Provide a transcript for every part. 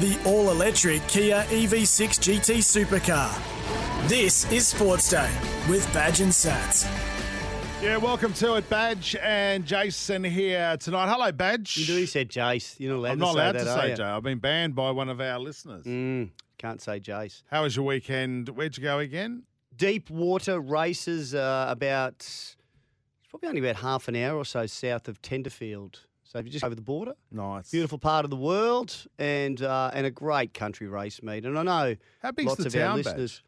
The all electric Kia E EV6 GT Supercar. This is Sports Day with Badge and Sats. Yeah, welcome to it, Badge and Jason here tonight. Hello, Badge. You nearly said Jace. You're not allowed I'm to not say allowed that, to are say you? Jay. I've been banned by one of our listeners. Mm, can't say Jace. How was your weekend? Where'd you go again? Deep water races uh, about, it's probably only about half an hour or so south of Tenderfield. So if you just go over the border, Nice. beautiful part of the world and uh, and a great country race meet. And I know How big's lots the of our town, listeners.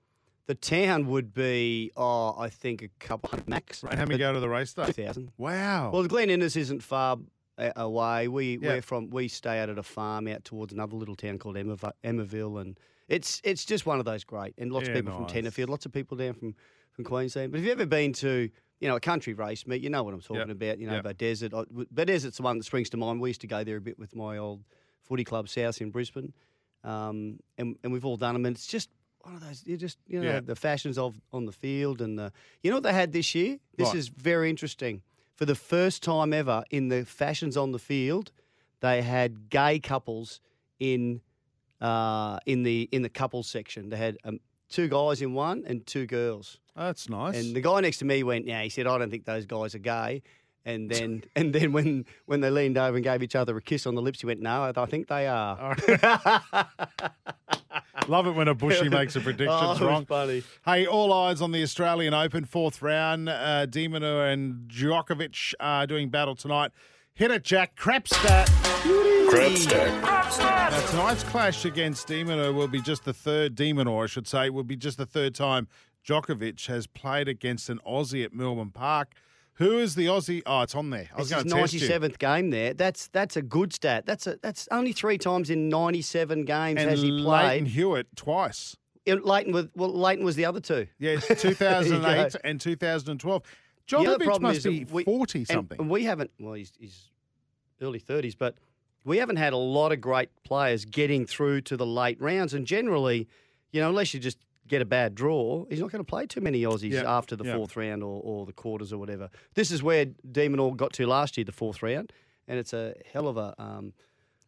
The town would be, oh, I think a couple hundred max. Badge? And how many go to the race day? 2,000. Wow. Well, the Glen Innes isn't far a- away. We Yeah. we're from we stay out at a farm out towards another little town called Emmerv- Emmerville, and it's it's just one of those great. And lots of Yeah, people nice. from Tenterfield, lots of people down from from Queensland. But if you've ever been to you know a country race meet, you know what I'm talking Yep. about. You know Yep. about desert. I- w- But desert's the one that springs to mind. We used to go there a bit with my old footy club South in Brisbane, um, and and we've all done them. And it's just one of those. You just you know Yeah. the fashions of on the field and the you know what they had this year. This Right. is very interesting. For the first time ever in the fashions on the field, they had gay couples in uh, in the in the couples section. They had um, two guys in one and two girls. That's nice. And the guy next to me went, "Yeah," he said, "I don't think those guys are gay." And then and then when when they leaned over and gave each other a kiss on the lips, he went, "No, I, I think they are." All Love it when a bushy makes a prediction Oh, it was wrong. funny. Hey, all eyes on the Australian Open fourth round. Uh, Demonu and Djokovic are doing battle tonight. Hit it, Jack. Crapstat. Now, tonight's clash against Demonu will be just the third Demonu, I should say, will be just the third time Djokovic has played against an Aussie at Melbourne Park. Who is the Aussie? Oh, it's on there. I was This is going to test you. 97th game there. That's that's a good stat. That's a that's only three times in 97 games And has he Leighton played. Hewitt twice. Leighton, with well, Leighton was the other two. Yeah, it's There you 2008 go. and 2012. The other Djokovic problem must is that be we- 40 and- something. And we haven't. Well, he's, he's early 30s, but we haven't had a lot of great players getting through to the late rounds. And generally, you know, unless you just get a bad draw, he's not going to play too many Aussies Yeah, after the yeah. fourth round or, or the quarters or whatever. This is where Demon All got to last year, the fourth round, and it's a hell of a. Um,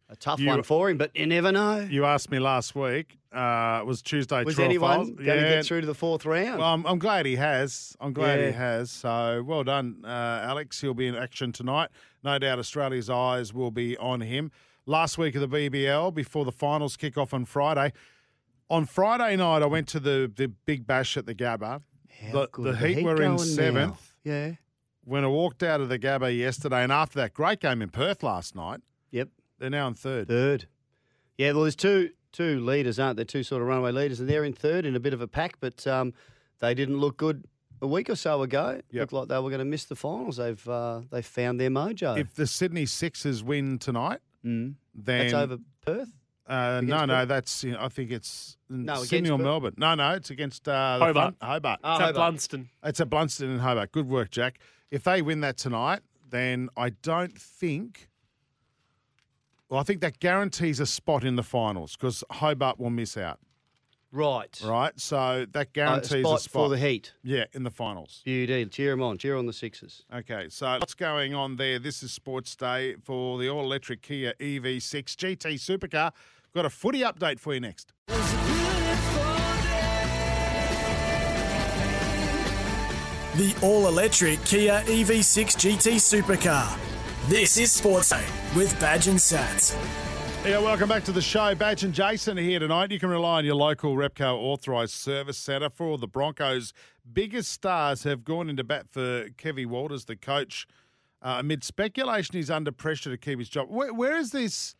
a tough You- one for him, but you never know. You asked me last week. Uh, it was Tuesday. Was 12 anyone hours. going to get through to the fourth round? Well, I'm, I'm glad he has. I'm glad Yeah. he has. So well done, uh, Alex. He'll be in action tonight. No doubt Australia's eyes will be on him. Last week of the BBL, before the finals kick off on Friday. On Friday night, I went to the, the big bash at the Gabba. the, good the are Heat were in going now? seventh. Yeah. When I walked out of the Gabba yesterday, and after that great game in Perth last night, Yep. they're now in third. Third. Yeah, well, there's two two leaders, aren't there? Two sort of runaway leaders, and they're in third in a bit of a pack, but um, they didn't look good a week or so ago. Yep. Looked like they were going to miss the finals. They've uh, they found their mojo. If the Sydney Sixers win tonight, Mm. then That's over Perth. Uh, no, no, Against Perth? that's you know, I think it's in No, Sydney against or Perth? Melbourne. No, no, it's against uh, the Hobart. Fun- Hobart. Oh, It's at Hobart. Blunston. It's at Blunston and Hobart. Good work, Jack. If they win that tonight, then I don't think. Well, I think that guarantees a spot in the finals because Hobart will miss out, Right. right? So that Uh, guarantees spot, for the Heat. yeah, in the finals. Beauty. Cheer them on. Cheer on the Sixers. Okay, so what's going on there? This is Sports Day for the all electric Kia E EV6 GT Supercar. Got a footy update for you next. The all electric Kia E EV6 GT Supercar. This is Sports Day with Badge and Sats. Yeah, welcome back to the show. Badge and Jason are here tonight. You can rely on your local Repco authorised service centre for all the Broncos. Biggest stars have gone into bat for Kevy Walters, the coach. Uh, amid speculation, he's under pressure to keep his job. Where, where is this?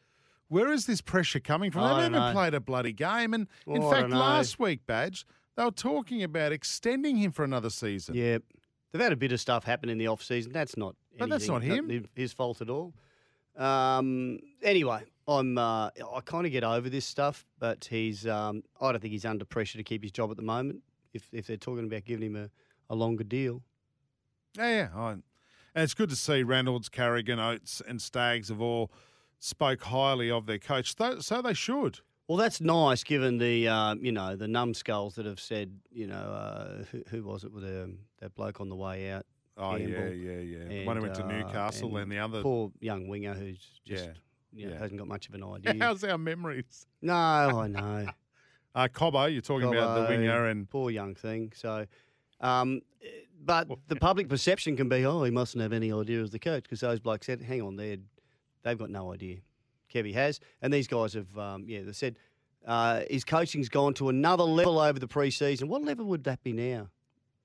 Where is this pressure coming from? I They don't haven't know. played a bloody game, and in Oh, I fact, don't know. last week, Badge, they were talking about extending him for another season. Yeah. They've had a bit of stuff happen in the off season. That's not But that's anything- not him. his fault at all. Um, anyway, I, I'm uh, I kind of get over this stuff, but he's um, I don't think he's under pressure to keep his job at the moment. If if they're talking about giving him a, a longer deal, Yeah, yeah. I- and it's good to see Reynolds, Carrigan, Oates, and Staggs have all spoke highly of their coach. So, so they should. well, that's nice given the um, you know the numbskulls that have said you know uh, who, who was it with um, that bloke on the way out. Oh yeah, Campbell yeah, yeah. The and, one who went to uh, Newcastle and, the other. poor young winger who's just Yeah, you know, yeah. hasn't got much of an idea. How's our memories? no, I know. Uh, Cobbo, you're talking about the Gobbo, winger and poor young thing. So, um, eh, but the public perception can be, oh, he mustn't have any idea as the coach because those blokes said, hang on, they they've got no idea. Kevy has, and these guys have, um, yeah, they said uh, his coaching's gone to another level over the pre-season. What level would that be now?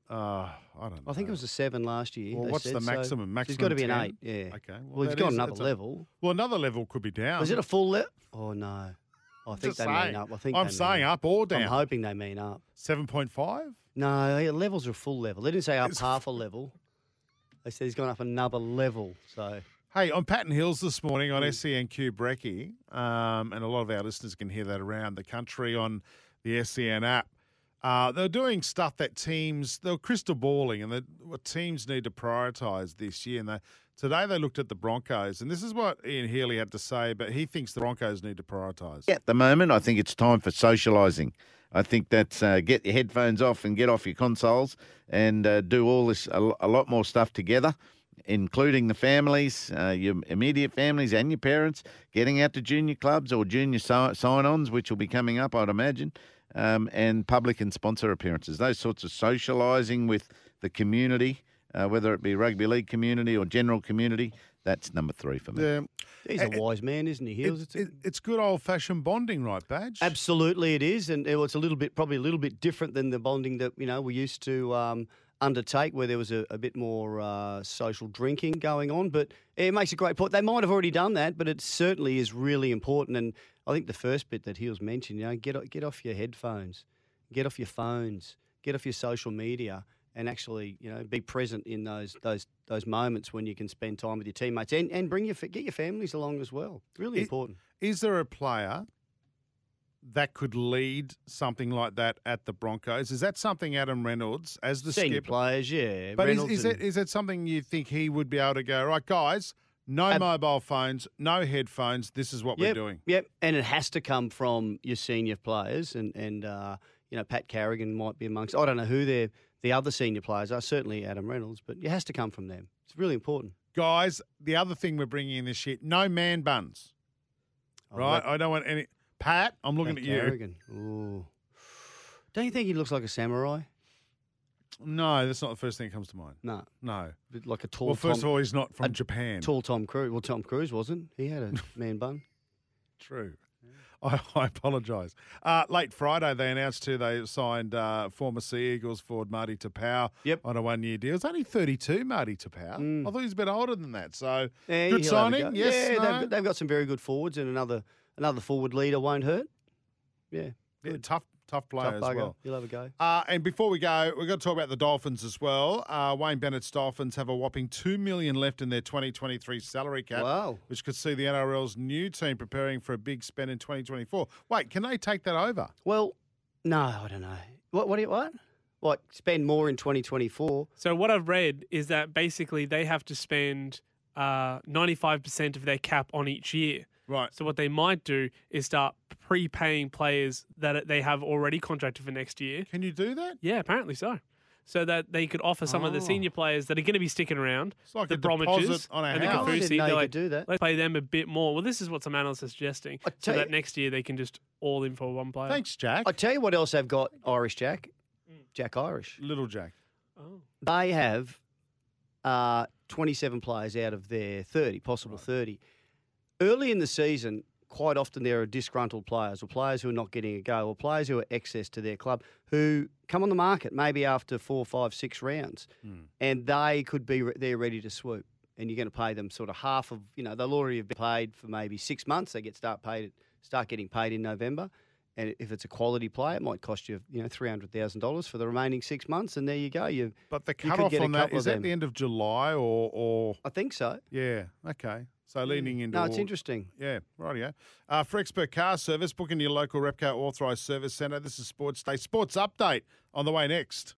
uh, I don't know. I think it was a seven last year. Uh, Well, they what's the said, so- maximum? so it's got to be an eight. Maximum 10? Yeah. Okay, well, Well, he's that got is- another it's a- level. Well, another level could be down. Is it a full level? Oh no. I think Just they saying. mean up. I think I'm they mean saying up. up or I'm down. hoping they mean up. Seven point five. No, yeah, levels are full level. They didn't say up It's half a level. They said he's gone up another level. So Hey, on Patton Hills this morning on SENQ Brecky, um, and a lot of our listeners can hear that around the country on the SEN app. Uh, they're doing stuff that teams, they were crystal balling and that what teams need to prioritise this year. And they, today they looked at the Broncos, and this is what Ian Healy had to say, but he thinks the Broncos need to prioritise. at the moment. I think it's time for socialising. I think that's uh, get your headphones off and get off your consoles and uh, do all this a, lo- a lot more stuff together, including the families, uh, your immediate families and your parents, getting out to junior clubs or junior si- sign-ons, which will be coming up, I'd imagine, um, and public and sponsor appearances. Those sorts of socialising with the community, uh, whether it be rugby league community or general community. That's number three for me. Yeah, he's It- a wise man, isn't he? Heels. it's, It's, it- it's good old fashioned bonding, right, Badge? absolutely, it is, and it- it's a little bit, probably a little bit different than the bonding that you know we used to um, undertake, where there was a, a bit more uh, social drinking going on. But it makes a great point. They might have already done that, but it certainly is really important. And I think the first bit that Heels mentioned, you know, get o- get off your headphones. get off your phones, get off your social media, and actually, you know, be present in those those those moments when you can spend time with your teammates and, and bring your fa- get your families along as well. Really It- important. Is there a player that could lead something like that at the Broncos? Is that something Adam Reynolds, as the Senior skipper? players, yeah. But is, Reynolds is and- it is it something you think he would be able to go right, guys? No Ab- mobile phones, no headphones. This is what yep, we're doing. Yep, and it has to come from your senior players, and and uh, you know Pat Carrigan might be amongst. I don't know who they're. The other senior players are certainly Adam Reynolds, but it has to come from them. It's really important. Guys, the other thing we're bringing in this year: no man buns. I Right? like I don't want any. Pat, I'm looking Pat at you. Carrigan. Ooh. Don't you think he looks like a samurai? No, that's not the first thing that comes to mind. No, No. bit like a tall. Well, first Tom- of all, he's not from a Japan. Tall Tom Cruise. Well, Tom Cruise wasn't. He had a man bun. True. I, I apologise. Uh, late Friday, they announced too they signed uh, former Sea Eagles forward Marty Tapau Yep. on a one year deal. It's only 32, Marty Tapau. I thought he was a bit older than that. So Yeah, good he'll have a signing. go. Yes. yeah, no? they've, they've got some very good forwards, and another another forward leader won't hurt. Yeah, Yeah, tough, tough player tough as bugger. well. He'll have a go. Uh, and before we go, we've got to talk about the Dolphins as well. Uh, Wayne Bennett's Dolphins have a whopping two million left in their 2023 salary cap, Wow. which could see the NRL's new team preparing for a big spend in 2024. Wait, can they take that over? Well, no, I don't know. What? What? do you- What? What? Spend more in 2024. So what I've read is that basically they have to spend uh, 95% of their cap on each year. Right. So what they might do is start prepaying players that they have already contracted for next year. Can you do that? Yeah, apparently so. So that they could offer some of the Oh. senior players that are going to be sticking around, It's like the a Bromwiches deposit on a and the house. I didn't know Kafusi. They're you like, could do that. let's play them a bit more. Well, this is what some analysts are suggesting, I so tell that you- next year they can just all in for one player. Thanks, Jack. I tell you what else they've got. Irish Jack, Mm. Jack Irish. Little Jack. Oh. They have uh, 27 players out of their 30, possible 30. Early in the season, quite often there are disgruntled players or players who are not getting a go or players who are excess to their club who come on the market maybe after four, five, six rounds and they could be, re- they're ready to swoop. And you're going to pay them sort of half of, you know, they'll already have been paid for maybe six months. They get start paid, start getting paid in November. And if it's a quality player, it might cost you, you know, three hundred thousand dollars for the remaining six months. And there you go. You But the could cutoff get a on that couple is of that the them. end of July or or I think so. yeah okay. So leaning into No, it's all- interesting. Yeah, right. Yeah. Uh, for expert car service, book into your local Repco authorised service centre. This is Sports Day. Sports update on the way next.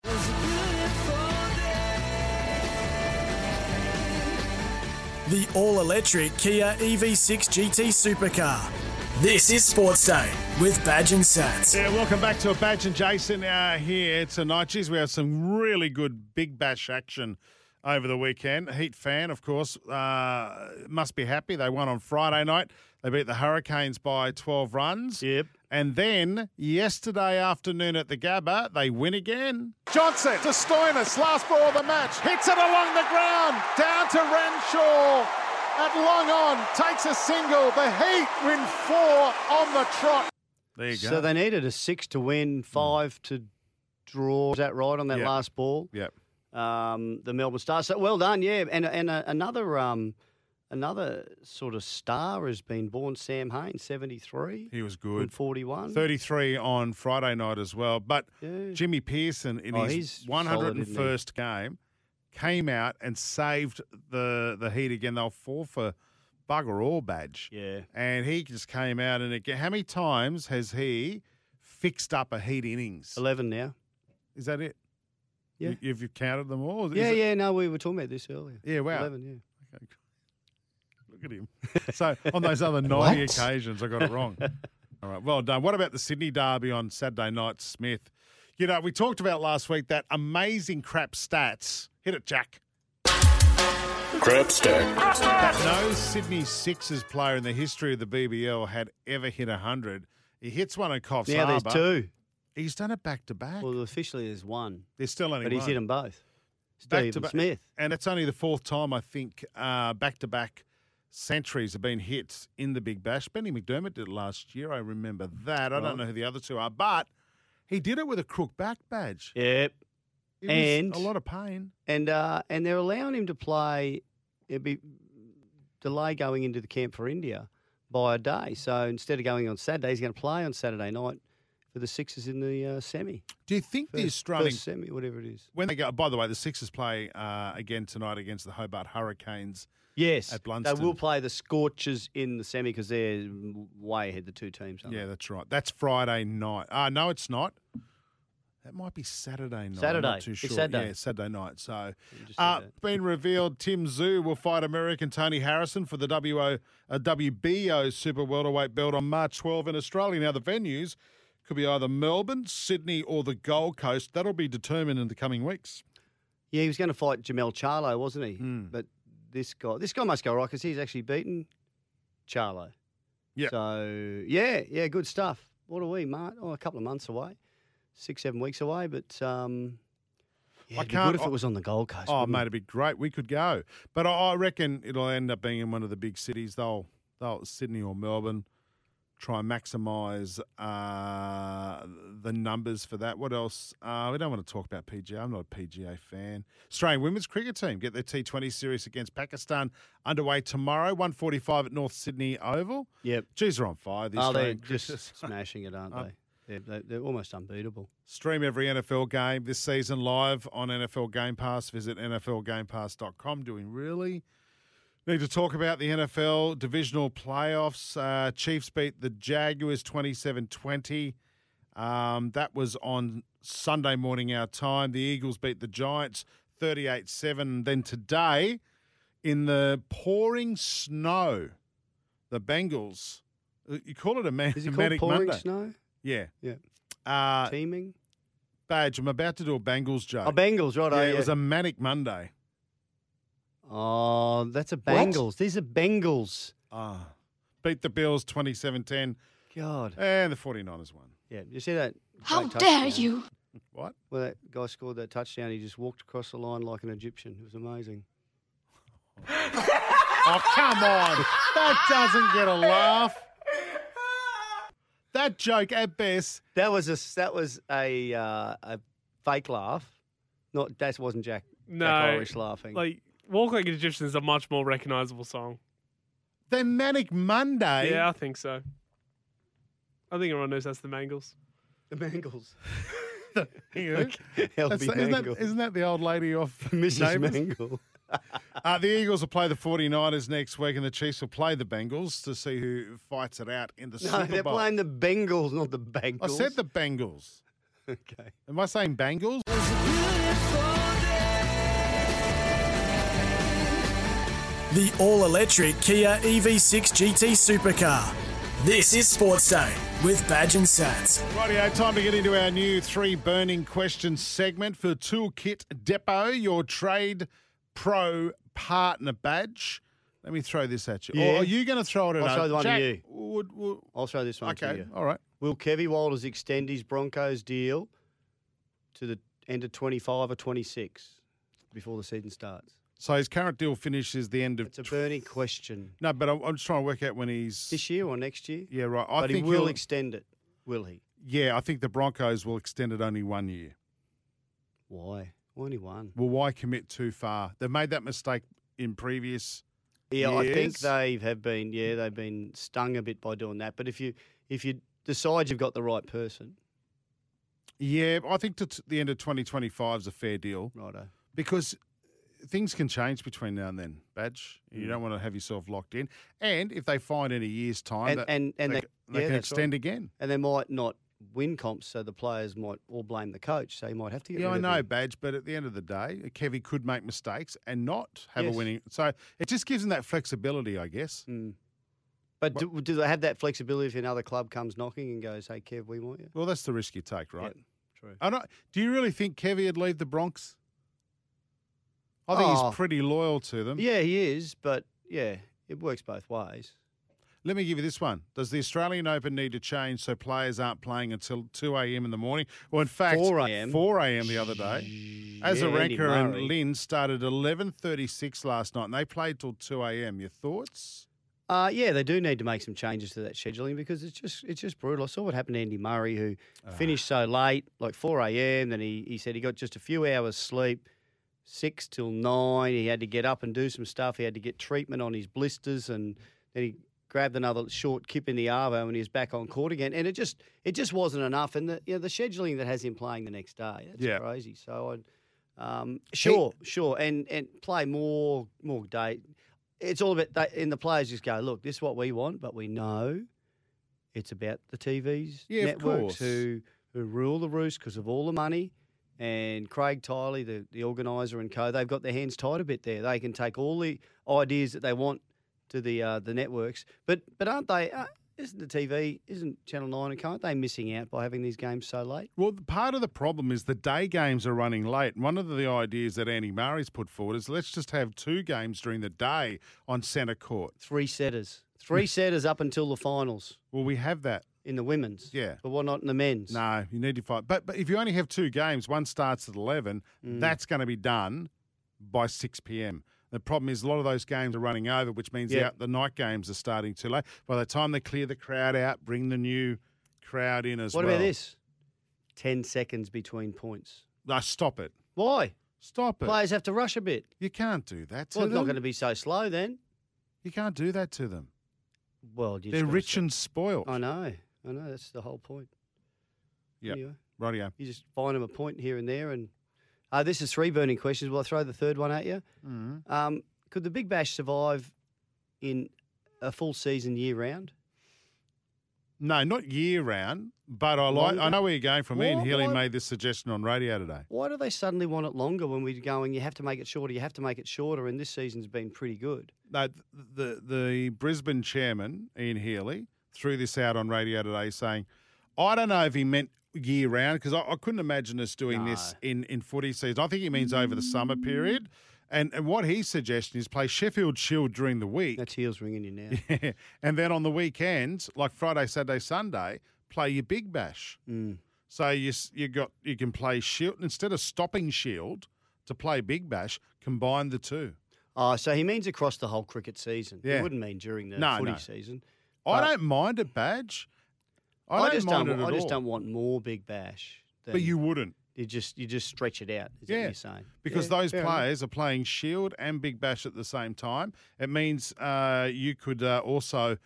The all electric Kia E EV6 GT Supercar. This is Sports Day with Badge and Sats. Yeah, welcome back to a Badge and Jason uh, here tonight. Geez, we have some really good big bash action over the weekend. Heat fan, of course, uh, must be happy. They won on Friday night. They beat the Hurricanes by 12 runs. Yep. And then yesterday afternoon at the Gabba, they win again. Johnson to Stoinis, last ball of the match, hits it along the ground, down to Renshaw. At long on, takes a single. The Heat win four on the trot. There you go. Mm. So they needed a six to win, five to draw. Is that right on that Yeah. last ball? yep. um, the Melbourne Stars. So well done, yeah. And and uh, another um, another sort of star has been born. Sam Hain, seventy three He was and good. forty one. 33 on Friday night as well. But Yeah. Jimmy Pearson, in Oh, his he's solid, isn't he? 101st game, came out and saved the, the Heat again. They'll fall for bugger all badge. Yeah, And he just came out and again. How many times has he fixed up a Heat innings? eleven now. Is that it? Yeah. You, have you counted them all? Is yeah, it- yeah. No, we were talking about this earlier. Yeah, wow. Eleven, yeah. Look at him. So on those other 90 occasions, I got it wrong. All right, well done. What about the Sydney Derby on Saturday night, Smith? You know, we talked about last week that amazing crap stats. Hit it, Jack. Crap stack. That no Sydney Sixers player in the history of the BBL had ever hit 100. He hits one at Coffs Now there's Harbour. two. He's done it back to back. Well, officially there's one, There's still only but he's one. hit them both. Back to Stephen back. Smith. And it's only the fourth time, I think, uh, back to back centuries have been hit in the Big Bash. Benny McDermott did it last year. I remember that. I don't Right. know who the other two are, but he did it with a crook back badge. Yep. It was And- a lot of pain. and uh, and they're allowing him to play. It'd be delay going into the camp for India by a day. So instead of going on Saturday, he's going to play on Saturday night for the Sixers in the uh, semi. Do you think the First- Australian first semi, whatever it is. when they go? By the way, the Sixers play uh, again tonight against the Hobart Hurricanes. Yes, At they will Blunston. play the Scorchers in the semi because they're way ahead. The two teams. Aren't Yeah, they? that's right. That's Friday night. Uh, no, it's not. That might be Saturday night. I'm Saturday. not too It's sure. Saturday. Yeah, Saturday night. So, just said uh, that. been revealed Tim Zoo will fight American Tony Harrison for the WO, uh, WBO Super Welterweight belt on March 12 in Australia. Now, the venues could be either Melbourne, Sydney, or the Gold Coast. That'll be determined in the coming weeks. yeah. He was going to fight Jamel Charlo, wasn't he? Mm. But this guy, this guy must go right because he's actually beaten Charlo. Yeah. So yeah, yeah, good stuff. What are we, Mart? Oh, a couple of months away, six, seven weeks away. But um, yeah, I it'd be can't- good if it was on the Gold Coast. Oh, wouldn't mate, it? it'd be great. We could go, but I, I reckon it'll end up being in one of the big cities. They'll, they'll Sydney or Melbourne. Try and maximise uh, the numbers for that. What else? Uh, we don't want to talk about PGA. I'm not a PGA fan. Australian women's cricket team get their T20 series against Pakistan underway tomorrow, 1:45 at North Sydney Oval. Yep. Geez, they're on fire. The Oh, they're Australian cricketers. just smashing it, aren't Oh. they? They're, they're, they're almost unbeatable. Stream every NFL game this season live on NFL Game Pass. Visit NFLGamePass.com. Doing really need to talk about the NFL divisional playoffs. Uh, Chiefs beat the Jaguars 27 20. Um, that was on Sunday morning, our time. The Eagles beat the Giants 38 7. Then today, in the pouring snow, the Bengals. You call it a man- Is it called manic pouring Monday. snow? Yeah. Yeah. Uh, Teaming? Badge, I'm about to do a Bengals joke. Oh, Bengals, right? yeah, oh, It was a manic Monday. oh, that's a Bengals. These are Bengals. Ah. Beat the Bills 27-10, God. and the 49ers won. Yeah. You see that? How great dare touchdown? you! What? Well, that guy scored that touchdown. He just walked across the line like an Egyptian. It was amazing. Oh, come on. That doesn't get a laugh. That joke at best. That was a s- that was a uh, a fake laugh. Not that wasn't Jack. No, Jack Irish laughing. like Walk Like an Egyptian is a much more recognizable song. The manic Monday. Yeah, I think so. I think everyone knows that's the Mangles. the Bengals. Hang on. That'll That's- be isn't, that, Mangle. isn't that the old lady off Mrs. Neighbours? Mangle. Uh, the Eagles will play the 49ers next week, and the Chiefs will play the Bengals to see who fights it out in the No, Super they're Bowl. playing the Bengals, not the Bengals. I said the Bengals. Okay. Am I saying Bengals? The all electric Kia E EV6 GT Supercar. This is Sports Day with Badge and Sats. Rightio, time to get into our new three burning questions segment for Toolkit Depot, your trade pro partner badge. Let me throw this at you. Yeah. Or are you going to throw it at I'll throw us? the one to Jack, you. would- would- I'll show this one to okay, you. all right. Will Kevy Walters extend his Broncos deal to the end of 25 or 26 before the season starts? So his current deal finishes the end of. It's a burning question. no, but I'm, I'm just trying to work out when he's. This year or next year? yeah, right. I but he think will he'll- extend it, will he? yeah, I think the Broncos will extend it only one year. Why? Only one. Well, why commit too far? They've made that mistake in previous. Yeah, I think Yes. they have been. Yeah, they've been stung a bit by doing that. But if you if you decide you've got the right person, Yeah, I think to t- the end of 2025 is a fair deal. righto. because things can change between now and then, Badge. You Mm. don't want to have yourself locked in. And if they find in a year's time And- that and- and they, they- c- they yeah, can that's right. extend again. and they might not win comps, so the players might all blame the coach. So you might have to get. Yeah, rid I of know, him. Badge, but at the end of the day, Kevy could make mistakes and not have Yes. a winning. So it just gives them that flexibility, I guess. Mm. But do, do they have that flexibility if another club comes knocking and goes, "Hey, Kev, we want you"? Well, that's the risk you take, right? Yeah, true. I don't, do you really think Kevy would leave the Bronx? I think Oh. he's pretty loyal to them. Yeah, he is, but yeah, it works both ways. Let me give you this one. Does the Australian Open need to change so players aren't playing until 2 a.m. in the morning? Well, in fact, 4 a.m.. 4 a.m. the other day. As a Yeah, Andy ranker and Murray. Lynn started 11.36 last night and they played till 2 a.m. Your thoughts? Uh, yeah, they do need to make some changes to that scheduling because it's just it's just brutal. I saw what happened to Andy Murray, who finished so late, like four a.m. Then he he said he got just a few hours sleep, six till nine. He had to get up and do some stuff. He had to get treatment on his blisters, and then he grabbed another short kip in the arvo, and he was back on court again. And it just it just wasn't enough. And the you know the scheduling that has him playing the next day, that's Yeah. crazy. So I. Um, sure, sure, and and play more more day. It's all about they, and the players just go, look, this is what we want, but we know it's about the TVs Yeah, of networks course. who who rule the roost because of all the money. And Craig Tiley, the, the organizer and co, they've got their hands tied a bit there. They can take all the ideas that they want to the uh, the networks, but but aren't they? Uh, isn't the TV? Isn't Channel Nine? And can't they missing out by having these games so late? Well, the- part of the problem is the day games are running late. And One of the ideas that Andy Murray's put forward is let's just have two games during the day on centre court. Three setters, three Hmm. setters up until the finals. Well, we have that. In the women's? Yeah. But why not in the men's? No, you need to fight. But, but if you only have two games, one starts at 11, Mm. that's going to be done by 6 p.m. The problem is a lot of those games are running over, which means Yeah. the, the night games are starting too late. By the time they clear the crowd out, bring the new crowd in as What well. about this? 10 seconds between points. No, stop it. Why? Stop it. Players have to rush a bit. You can't do that to Well, it's not them. going to be so slow then. You can't do that to them. Well, you just They're gotta rich stop. and spoiled. I know. I know. That's the whole point. Yeah. Anyway, Rightio. you just find them a point here and there. And uh, this is three burning questions. Will I throw the third one at you? Mm-hmm. Um, could the Big Bash survive in a full season year round? No, not year round, but I like. I Longer. know where you're going from. Ian Why- Healy why- made this suggestion on radio today. Why do they suddenly want it longer when we're going, you have to make it shorter, you have to make it shorter? And this season's been pretty good. No, th- the the Brisbane chairman Ian Healy threw this out on radio today, saying, "I don't know if he meant year round because I, I couldn't imagine us doing this in in footy season. I think he means over the summer period." And and what he's suggesting is play Sheffield Shield during the week, That's heels ringing you now. and then on the weekends, like Friday, Saturday, Sunday, play your Big Bash. So you s- you got you can play Shield instead of stopping Shield to play Big Bash. Combine the two. Oh, so he means across the whole cricket season. Yeah. He wouldn't mean during the No, footy no. season. I But- don't mind a badge. I, don't just mind don't. it I at just all. don't want more big bash. Than, But you wouldn't you just you just stretch it out. Is yeah. Yeah. what you're saying? because Yeah, those fair enough. players are playing Shield and Big Bash at the same time. It means uh, you could uh, also,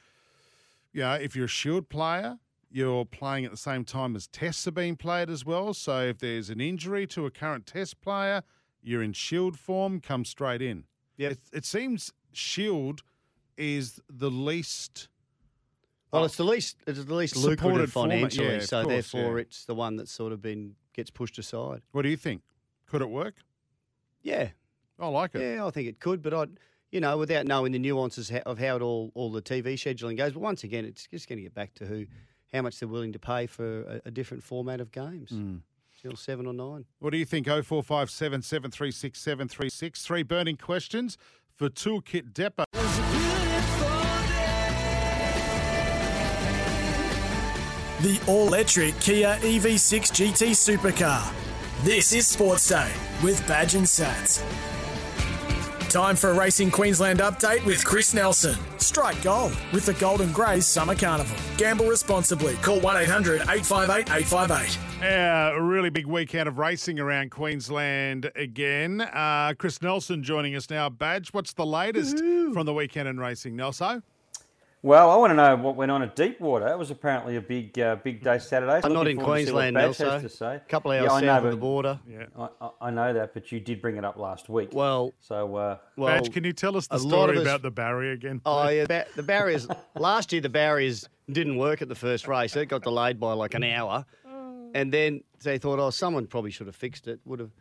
you know, if you're a Shield player, you're playing at the same time as tests are being played as well. So if there's an injury to a current test player, you're in Shield form, come straight in. Yep. It, it seems Shield is the least. Well, it's the least it's the least Supported lucrative format, financially, yeah, of so course, therefore yeah. it's the one that's sort of been gets pushed aside. What do you think? Could it work? Yeah, I like it. yeah, I think it could, but I, you know, without knowing the nuances ha- of how it all all the TV scheduling goes. But once again, it's just going to get back to who, how much they're willing to pay for a, a different format of games. Still seven or nine. What do you think? 0457 736 736. Three burning questions for Toolkit Depot. The all electric Kia E EV6 GT Supercar. This is Sports Day with Badge and Sats. Time for a Racing Queensland update with Chris Nelson. Strike gold with the Golden Greys Summer Carnival. Gamble responsibly. Call 1 800 858 858. Yeah, a really big weekend of racing around Queensland again. Uh, Chris Nelson joining us now. Badge, what's the latest from the weekend in racing, Nelson? Well, I want to know what went on at Deepwater. It was apparently a big, uh, big day Saturday. So I'm not looking in forward to see what Queensland, Babs has Nelson. to say. couple of Yeah, hours I know, south of the but- border. I, I, I know that, but you did bring it up last week. Well, so uh, well, Badge, can you tell us the a lot story of us- about the barrier again? Oh, yeah, ba- the barriers. last year, the barriers didn't work at the first race. It got delayed by like an hour. And then they thought, oh, someone probably should have fixed it. Would have.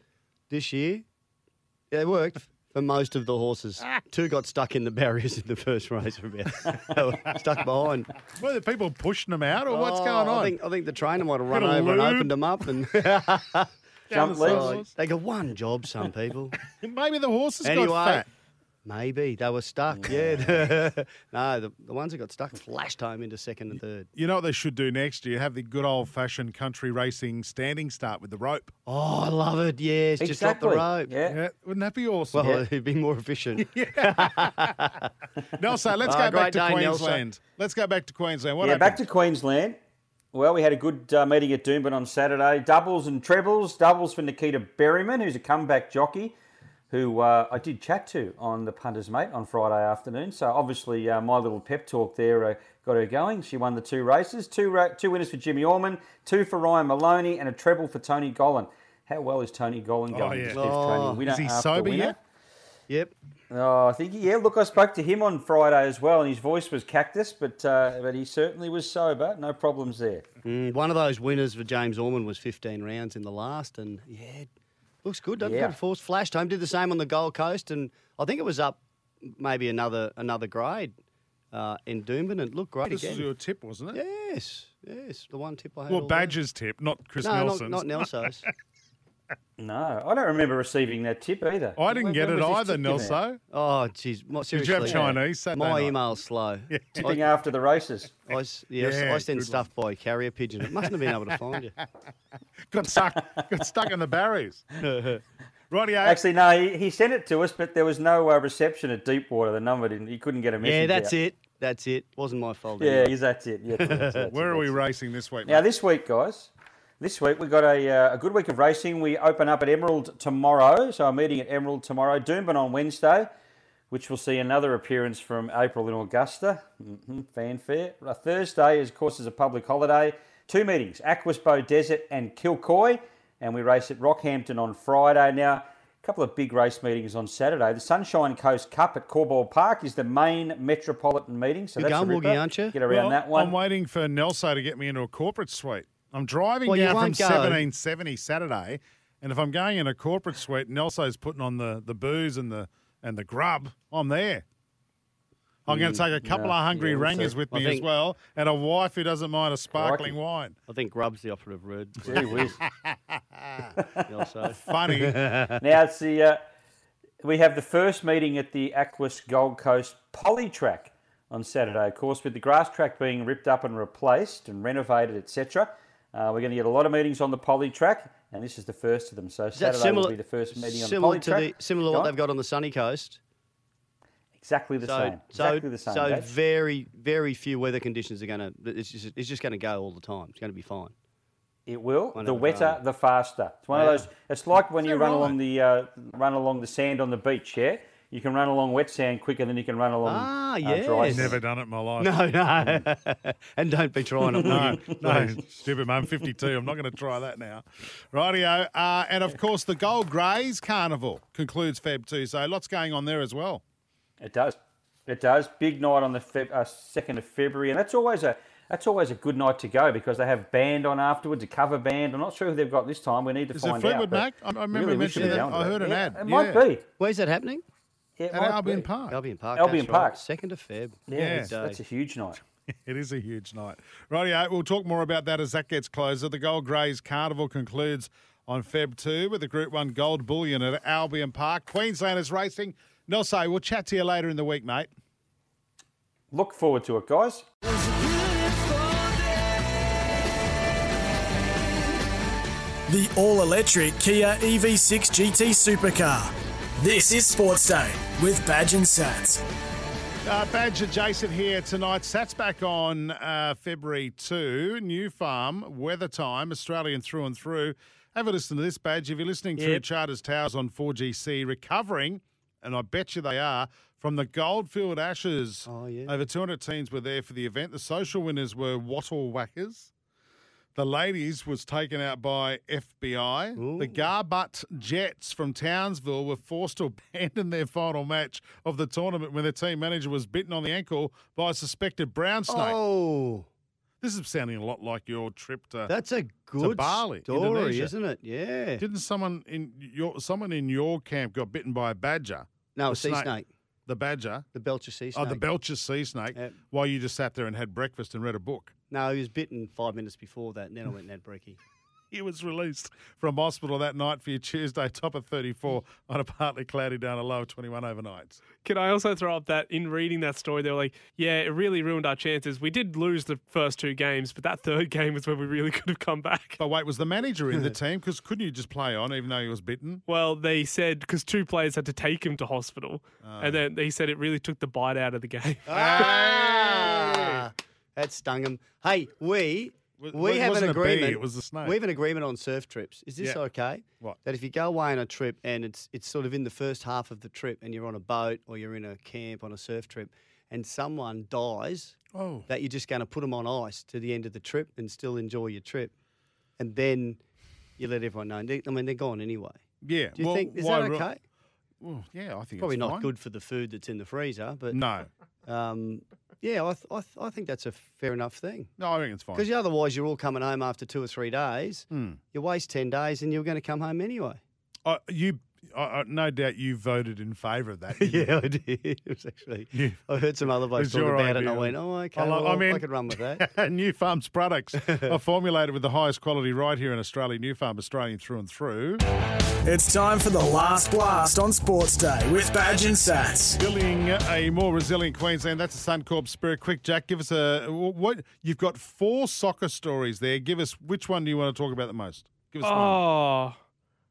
This year, it worked for most of the horses. Two got stuck in the barriers in the first race. for about- they were stuck behind. Were the people pushing them out, or what's Oh, going on? I think, I think the trainer might have run Got a over and lube? opened them up. And jump leads. they got one job, some people. Maybe the horses got Anyway, fat. maybe they were stuck. Yeah. no, the, the ones that got stuck flashed home into second and third. You know what they should do next year? Have the good old fashioned country racing standing start with the rope. Oh, I love it. Yes, just drop the Exactly. rope. Yeah. Yeah, wouldn't that be awesome? Well, it'd be more efficient. Nelson, let's Ah, go back great to day, Nelson. Queensland. Let's go back to Queensland. What yeah, happened? back to Queensland. Well, we had a good uh, meeting at Doomben on Saturday. Doubles and trebles. Doubles for Nikita Berryman, who's a comeback jockey, who uh, I did chat to on the Punters Mate on Friday afternoon. So obviously, uh, my little pep talk there uh, got her going. She won the two races. Two ra- two winners for Jimmy Orman, two for Ryan Maloney, and a treble for Tony Gollan. How well is Tony Gollan going? Oh, yeah. Steve Training, winner Is he after sober winner. yet? Yep. Oh, I think yeah. Look, I spoke to him on Friday as well, and his voice was cactus, but uh, but he certainly was sober. No problems there. Mm, one of those winners for James Orman was 15 rounds in the last, and yeah, looks good. Doesn't Yeah. yeah. force flashed home. Did the same on the Gold Coast, and I think it was up maybe another another grade uh, in Doomben, and looked great This again. was your tip, wasn't it? yes, yes, the one tip I had. Well, all day. Badger's tip, not Chris No, Nelson's. not, not Nelson's. No, I don't remember receiving that tip either. I didn't When- get it when was either, this tip given out? Nelson. oh, jeez, my- Did seriously. you have Chinese Saturday My night? email's slow. I, Tipping after the races. I s- yeah, I s- Yeah, I send good stuff by carrier pigeon. It mustn't have been able to find you. Got stuck. got stuck in the barriers. Righty, Actually, no, he, he sent it to us, but there was no uh, reception at Deepwater. The number didn't. He couldn't get a message. Yeah, that's out. it. That's it. Wasn't my fault. Yeah, anyway. yes, that's it. Yeah, that's it, that's it, Where are that's we it. racing this week? Now mate? this week, guys, this week we got a, uh, a good week of racing. We open up at Emerald tomorrow, so I'm meeting at Emerald tomorrow. Doomben on Wednesday, which will see another appearance from April in Augusta. hmm fanfare. Uh, Thursday, is, of course, is a public holiday. Two meetings: Aquasbow Desert and Kilcoy, and we race at Rockhampton on Friday. Now. A couple of big race meetings on Saturday. The Sunshine Coast Cup at Corball Park is the main metropolitan meeting, so You're that's going, a Woogie, ripper. aren't you? Get around Well, that one. I'm waiting for Nelson to get me into a corporate suite. I'm driving Well, you down from won't go. 1770 Saturday, and if I'm going in a corporate suite, Nelson's putting on the, the booze and the and the grub. I'm there. I'm Mm, going to take a couple of hungry rangers with I me as think- well, and a wife who doesn't mind a sparkling wine. I think grub's the operative word. Gee whiz. Also. Funny. Now it's the uh, we have the first meeting at the Aquas Gold Coast Polytrack on Saturday. Of course, with the grass track being ripped up and replaced and renovated, etc. Uh, we're going to get a lot of meetings on the Polytrack, and this is the first of them. So Is that Saturday will be the first meeting on the similar Polytrack. to the similar to Go what on. they've got on the sunny coast? Exactly the So, same. Exactly so, the same. so Dave. very, very few weather conditions are going to. It's just, it's just going to go all the time. It's going to be fine. It will. I The know, wetter, right. the faster. It's one of those. It's like when you run along the uh, run along the sand on the beach. Yeah, you can run along wet sand quicker than you can run along Ah, uh, dry yes. sand. Never done it in my life. No, no. Hmm. and don't be trying it. No, will you? no, stupid man. I'm 52. I'm not going to try that now. Rightio. Uh, and of course, the Gold Greys Carnival concludes Feb 2. So lots going on there as well. It does. It does. Big night on the Feb, uh, 2nd of February. And that's always a that's always a good night to go because they have band on afterwards, a cover band. I'm not sure who they've got this time. We need to Is find it Fleetwood out. but Mac? I, I remember really you we should mentioning be that. down with I heard an ad. It, it yeah. might be. Where's that happening? It At might Albion be. Park. Albion Park. Albion that's Park. Right. Second of Feb. Yeah, Yeah. it's- Day. that's a huge night. It is a huge night. Rightio. We'll talk more about that as that gets closer. The Gold Greys Carnival concludes on Feb 2 with the Group 1 Gold Bullion at Albion Park. Queenslanders Racing. Nosso, we'll chat to you later in the week, mate. Look forward to it, guys. The all electric Kia E EV6 GT Supercar. This is Sports Day with Badge and Sats. Uh, Badger Jason here tonight. Sats back on uh, February 2, New Farm, Weather Time, Australian through and through. Have a listen to this, Badge. If you're listening through Yep. Charters Towers on 4GC, recovering, and I bet you they are, from the Goldfield Ashes. Oh, yeah. Over 200 teams were there for the event. The social winners were Wattle Whackers. The ladies was taken out by FBI. The Garbutt Jets from Townsville were forced to abandon their final match of the tournament when their team manager was bitten on the ankle by a suspected brown snake. Oh, This is sounding a lot like your trip to. that's a good Bali, story, Indonesia. isn't it? Yeah. Didn't someone in your someone in your camp got bitten by a badger? no, the a sea snake. snake. The badger, The Belcher sea oh, snake. the Belcher sea snake. Yep. While you just sat there and had breakfast and read a book, no, he was bitten five minutes before that, and then I went and had brekkie. he was released from hospital that night for your Tuesday top of 34 on a partly cloudy down a low of 21 overnight. Can I also throw up that in reading that story, they were like, yeah, it really ruined our chances. We did lose the first two games, but that third game was when we really could have come back. But wait, was the manager in the team? Because couldn't you just play on even though he was bitten? Well, they said because two players had to take him to hospital, and then they said it really took the bite out of the game. Ah, that stung him. Hey, we Wa- wa- we have an wasn't a bee, agreement. it was a snake. We have an agreement on surf trips. Is this Yeah. okay? What? That if you go away on a trip and it's it's sort of in the first half of the trip and you're on a boat or you're in a camp on a surf trip and someone dies, Oh. that you're just going to put them on ice to the end of the trip and still enjoy your trip, and then you let everyone know. And they- I mean, they're gone anyway. Yeah. Do you well, think is why that ru- okay? Well, yeah, I think Probably it's not fine. good for the food that's in the freezer, but No, um, yeah, I, th- I, th- I think that's a fair enough thing. no, I think it's fine. Because otherwise, you're all coming home after two or three days. Hmm. You waste 10 days and you're going to come home anyway. Uh, you, uh, uh, no doubt, you voted in favour of that. didn't you? I did. It was actually, Yeah. I heard some other blokes It's talk your about it and I idea. went, oh, okay, I lo- I well, I, mean- could run with that. New Farm's products are formulated with the highest quality right here in Australia. New Farm, Australian through and through. It's time for the last blast on Sports Day with Badge and Sats. Building a more resilient Queensland. That's a Suncorp spirit. Quick, Jack, give us a what you've got four soccer stories there. Give us which one do you want to talk about the most? Give us one. Oh,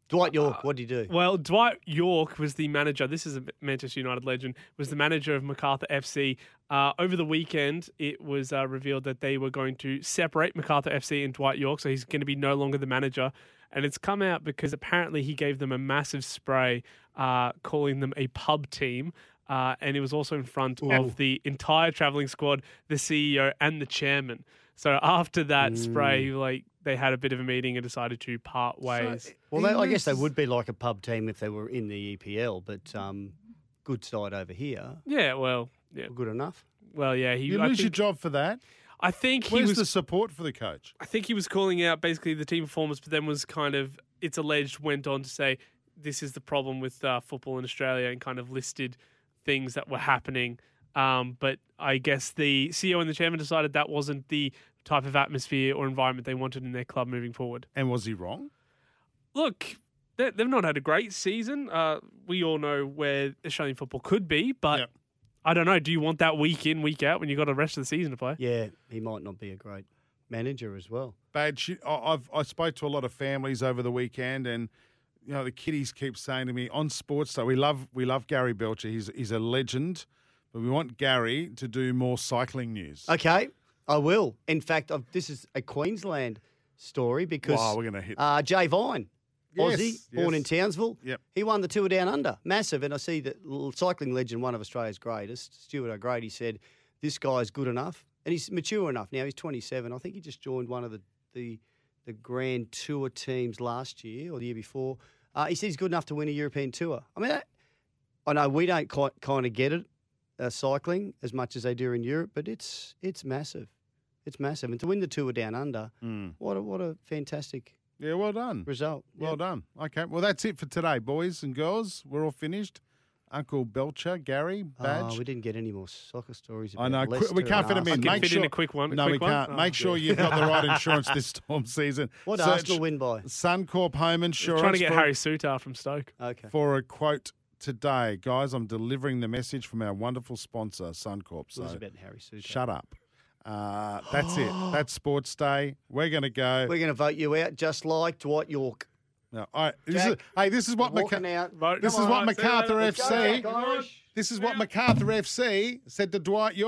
Dwight York, what did you do? well, Dwight York was the manager. This is a Manchester United legend. Was the manager of Macarthur FC. Uh, over the weekend, it was uh, revealed that they were going to separate Macarthur FC and Dwight York, so he's going to be no longer the manager. And it's come out because apparently he gave them a massive spray, uh, calling them a pub team. Uh, and it was also in front of the entire traveling squad, the CEO, and the chairman. So after that spray, like they had a bit of a meeting and decided to part ways. Well, they, I guess they would be like a pub team if they were in the EPL, but um, good side over here, Yeah, well, yeah, good enough. well, yeah. He, You I, lose think, your job for that. I think he Where's was. the support for the coach? I think he was calling out basically the team performance, but then was kind of it's alleged went on to say this is the problem with uh, football in Australia and kind of listed things that were happening. Um, but I guess the CEO and the chairman decided that wasn't the type of atmosphere or environment they wanted in their club moving forward. And was he wrong? Look, they- they've not had a great season. Uh, we all know where Australian football could be, but. Yep. I don't know. Do you want that week in, week out when you got the rest of the season to play? Yeah, he might not be a great manager as well. Bad shit. I- I've I spoke to a lot of families over the weekend, and you know the kiddies keep saying to me on Sports Day, we love we love Gary Belcher. He's he's a legend, but we want Gary to do more cycling news. Okay, I will. In fact, I've, this is a Queensland story because Wow, we're gonna hit- uh, Jay Vine Aussie, Yes, born in yes. Townsville. Yep. He won the Tour Down Under, massive. And I see that l- cycling legend, one of Australia's greatest, Stuart O'Grady, said, "This guy's good enough, and he's mature enough now. He's 27. I think he just joined one of the the, the Grand Tour teams last year or the year before. Uh, he said he's good enough to win a European Tour. I mean, that, I know we don't quite kind of get it, uh, cycling as much as they do in Europe, but it's it's massive. It's massive, and to win the Tour Down Under, Hmm. what a, what a fantastic Yeah, well done. result. Well done. Okay. Well, that's it for today, boys and girls. We're all finished. Uncle Belcher, Gary, Badge. Oh, we didn't get any more soccer stories. About I know. Qu- we Leicester can't fit and them in. Arsenal. I Make can fit sure, in a quick one, a No, quick we one. can't. Oh, Make sure you've got the right insurance this storm season. What did Search Arsenal win by? Suncorp Home Insurance. Trying to get for, Harry Sutar from Stoke. Okay. for a quote today, guys. I'm delivering the message from our wonderful sponsor, Suncorp. It was So about Harry Suter. shut up. Uh, that's it. That's Sports Day. We're gonna go. We're going to vote you out, just like Dwight York. No, all right. This is, Jack, hey, this is what Walking McCa- out. Vote. This Come is on, what say it. MacArthur Let's Go FC. back, Irish. This is what MacArthur FC said to Dwight York.